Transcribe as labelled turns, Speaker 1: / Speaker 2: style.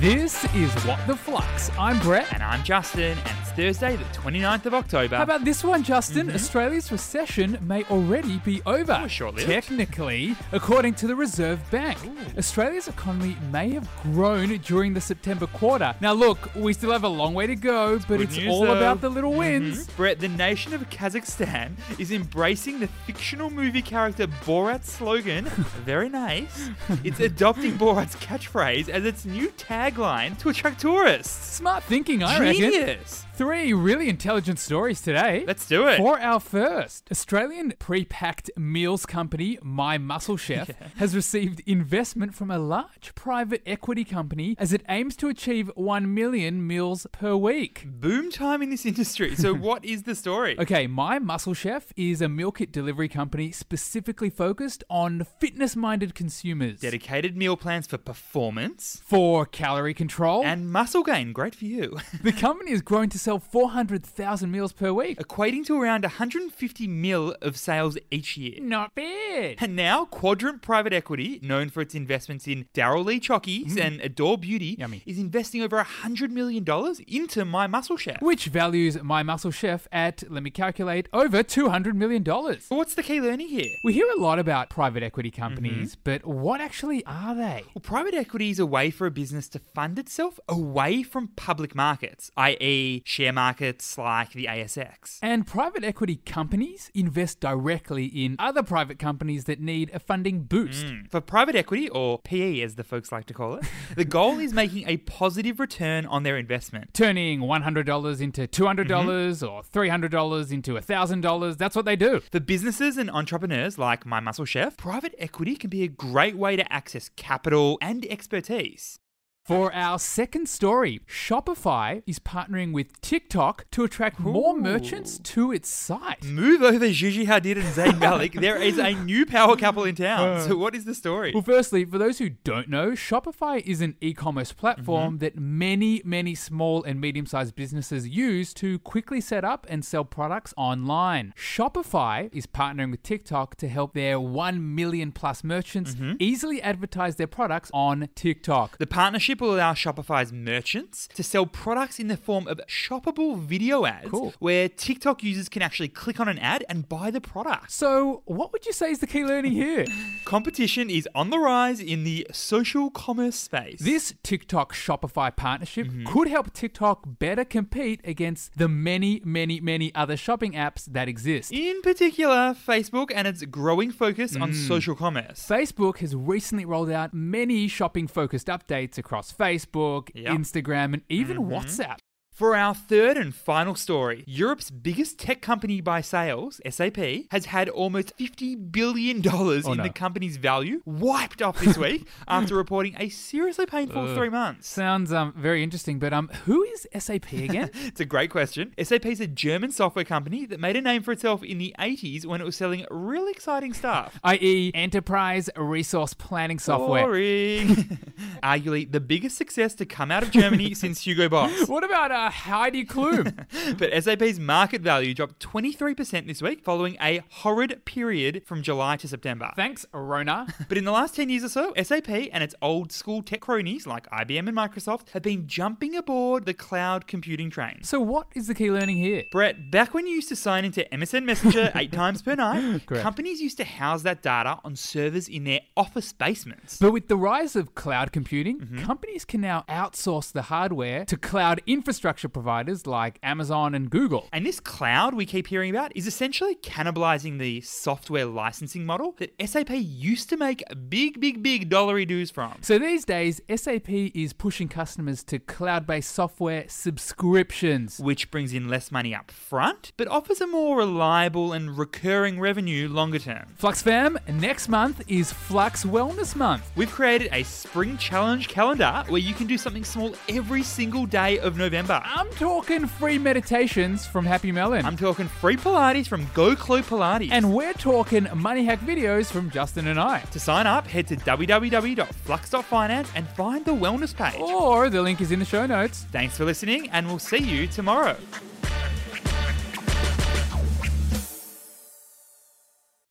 Speaker 1: This is What the Flux. I'm Brett.
Speaker 2: And I'm Justin, and it's Thursday, the 29th of October.
Speaker 1: How about this one, Justin? Australia's recession may already be over.
Speaker 2: Mm-hmm. Oh, short-lived.
Speaker 1: Technically, according to the Reserve Bank, Australia's economy may have grown during the September quarter. Now, look, we still have a long way to go, but
Speaker 2: Good
Speaker 1: it's
Speaker 2: news,
Speaker 1: all
Speaker 2: though. Mm-hmm.
Speaker 1: about the little wins.
Speaker 2: Brett, the nation of Kazakhstan is embracing the fictional movie character Borat's slogan, very nice. It's adopting Borat's catchphrase as its new tagline to attract tourists.
Speaker 1: Smart thinking, I reckon.
Speaker 2: Genius!
Speaker 1: Three really intelligent stories today.
Speaker 2: Let's do it.
Speaker 1: For our first, Australian pre-packed meals company My Muscle Chef has received investment from a large private equity company as it aims to achieve 1 million meals per week.
Speaker 2: Boom time in this industry. So, what is the story?
Speaker 1: Okay, My Muscle Chef is a meal kit delivery company specifically focused on fitness-minded consumers
Speaker 2: Dedicated meal plans for performance
Speaker 1: for calorie control.
Speaker 2: and muscle gain. Great for you.
Speaker 1: the company has grown to sell 400,000 meals per week.
Speaker 2: Equating to around 150 mil of sales each year.
Speaker 1: Not bad.
Speaker 2: And now, Quadrant Private Equity, known for its investments in Daryl Lee Chockies and Adore Beauty,
Speaker 1: Yummy.
Speaker 2: is investing over $100 million into My Muscle Chef.
Speaker 1: which values My Muscle Chef at, let me calculate, over $200 million.
Speaker 2: So What's the key learning here?
Speaker 1: We hear a lot about private equity companies, but what actually are they?
Speaker 2: Well, private equity is a way for a business to fund itself away from public markets, i.e., share markets like the ASX.
Speaker 1: And private equity companies invest directly in other private companies that need a funding boost.
Speaker 2: For private equity, or PE as the folks like to call it, the goal is making a positive return on their investment.
Speaker 1: Turning $100 into $200 dollars or $300 into $1,000, that's what they do.
Speaker 2: For businesses and entrepreneurs like My Muscle Chef, private equity can be a great way to access capital and expertise.
Speaker 1: For our second story, Shopify is partnering with TikTok to attract more
Speaker 2: Ooh.
Speaker 1: merchants to its site.
Speaker 2: Move over Gigi Hadid and Zayn Malik. there is a new power couple in town. So what is the story?
Speaker 1: Well, firstly, for those who don't know, Shopify is an e commerce platform that many, many small and medium sized businesses use to quickly set up and sell products online. Shopify is partnering with TikTok to help their 1 million plus merchants easily advertise their products on TikTok.
Speaker 2: The partnership will allow Shopify's merchants to sell products in the form of shoppable video ads
Speaker 1: Cool.
Speaker 2: where TikTok users can actually click on an ad and buy the product.
Speaker 1: So, what would you say is the key learning here?
Speaker 2: Competition is on the rise in the social commerce space.
Speaker 1: This TikTok Shopify partnership could help TikTok better compete against the many, many, many other shopping apps that exist.
Speaker 2: in particular, Facebook and its growing focus on
Speaker 1: Mm.
Speaker 2: social commerce.
Speaker 1: Facebook has recently rolled out many shopping focused updates across Facebook,
Speaker 2: Yep.
Speaker 1: Instagram, and even WhatsApp.
Speaker 2: For our third and final story, Europe's biggest tech company by sales, SAP, has had almost $50 billion in
Speaker 1: Oh, no.
Speaker 2: the company's value wiped off this week after reporting a seriously painful three months.
Speaker 1: Sounds um, very interesting, but um, who is SAP again?
Speaker 2: It's a great question. SAP is a German software company that made a name for itself in the 80s when it was selling really exciting stuff.
Speaker 1: i.e., E, enterprise resource planning
Speaker 2: Oh,
Speaker 1: software.
Speaker 2: Boring. Arguably the biggest success to come out of Germany since Hugo Boss.
Speaker 1: What about uh, Heidi Klum?
Speaker 2: But SAP's market value dropped 23% this week following a horrid period from July to September.
Speaker 1: Thanks, Rona.
Speaker 2: But in the last 10 years or so, SAP and its old school tech cronies like IBM and Microsoft have been jumping aboard the cloud computing train.
Speaker 1: So, what is the key learning here?
Speaker 2: Brett, back when you used to sign into MSN Messenger eight times per night,
Speaker 1: Correct.
Speaker 2: companies used to house that data on servers in their office basements.
Speaker 1: But with the rise of cloud computing, companies can now outsource the hardware to cloud infrastructure providers like Amazon and Google.
Speaker 2: And this cloud we keep hearing about is essentially cannibalizing the software licensing model that SAP used to make big, big, big dollary dues from.
Speaker 1: So these days, SAP is pushing customers to cloud based software subscriptions.
Speaker 2: which brings in less money up front, but offers a more reliable and recurring revenue longer term.
Speaker 1: Flux fam, next month is Flux Wellness Month.
Speaker 2: We've created a spring challenge calendar where you can do something small every single day of November.
Speaker 1: I'm talking free meditations from Happy Melon.
Speaker 2: I'm talking free Pilates from Go Clo Pilates.
Speaker 1: and we're talking money hack videos from Justin and I.
Speaker 2: to sign up, head to www.flux.finance and find the wellness page.
Speaker 1: Oh. Or the link is in the show notes.
Speaker 2: Thanks for listening, and we'll see you tomorrow.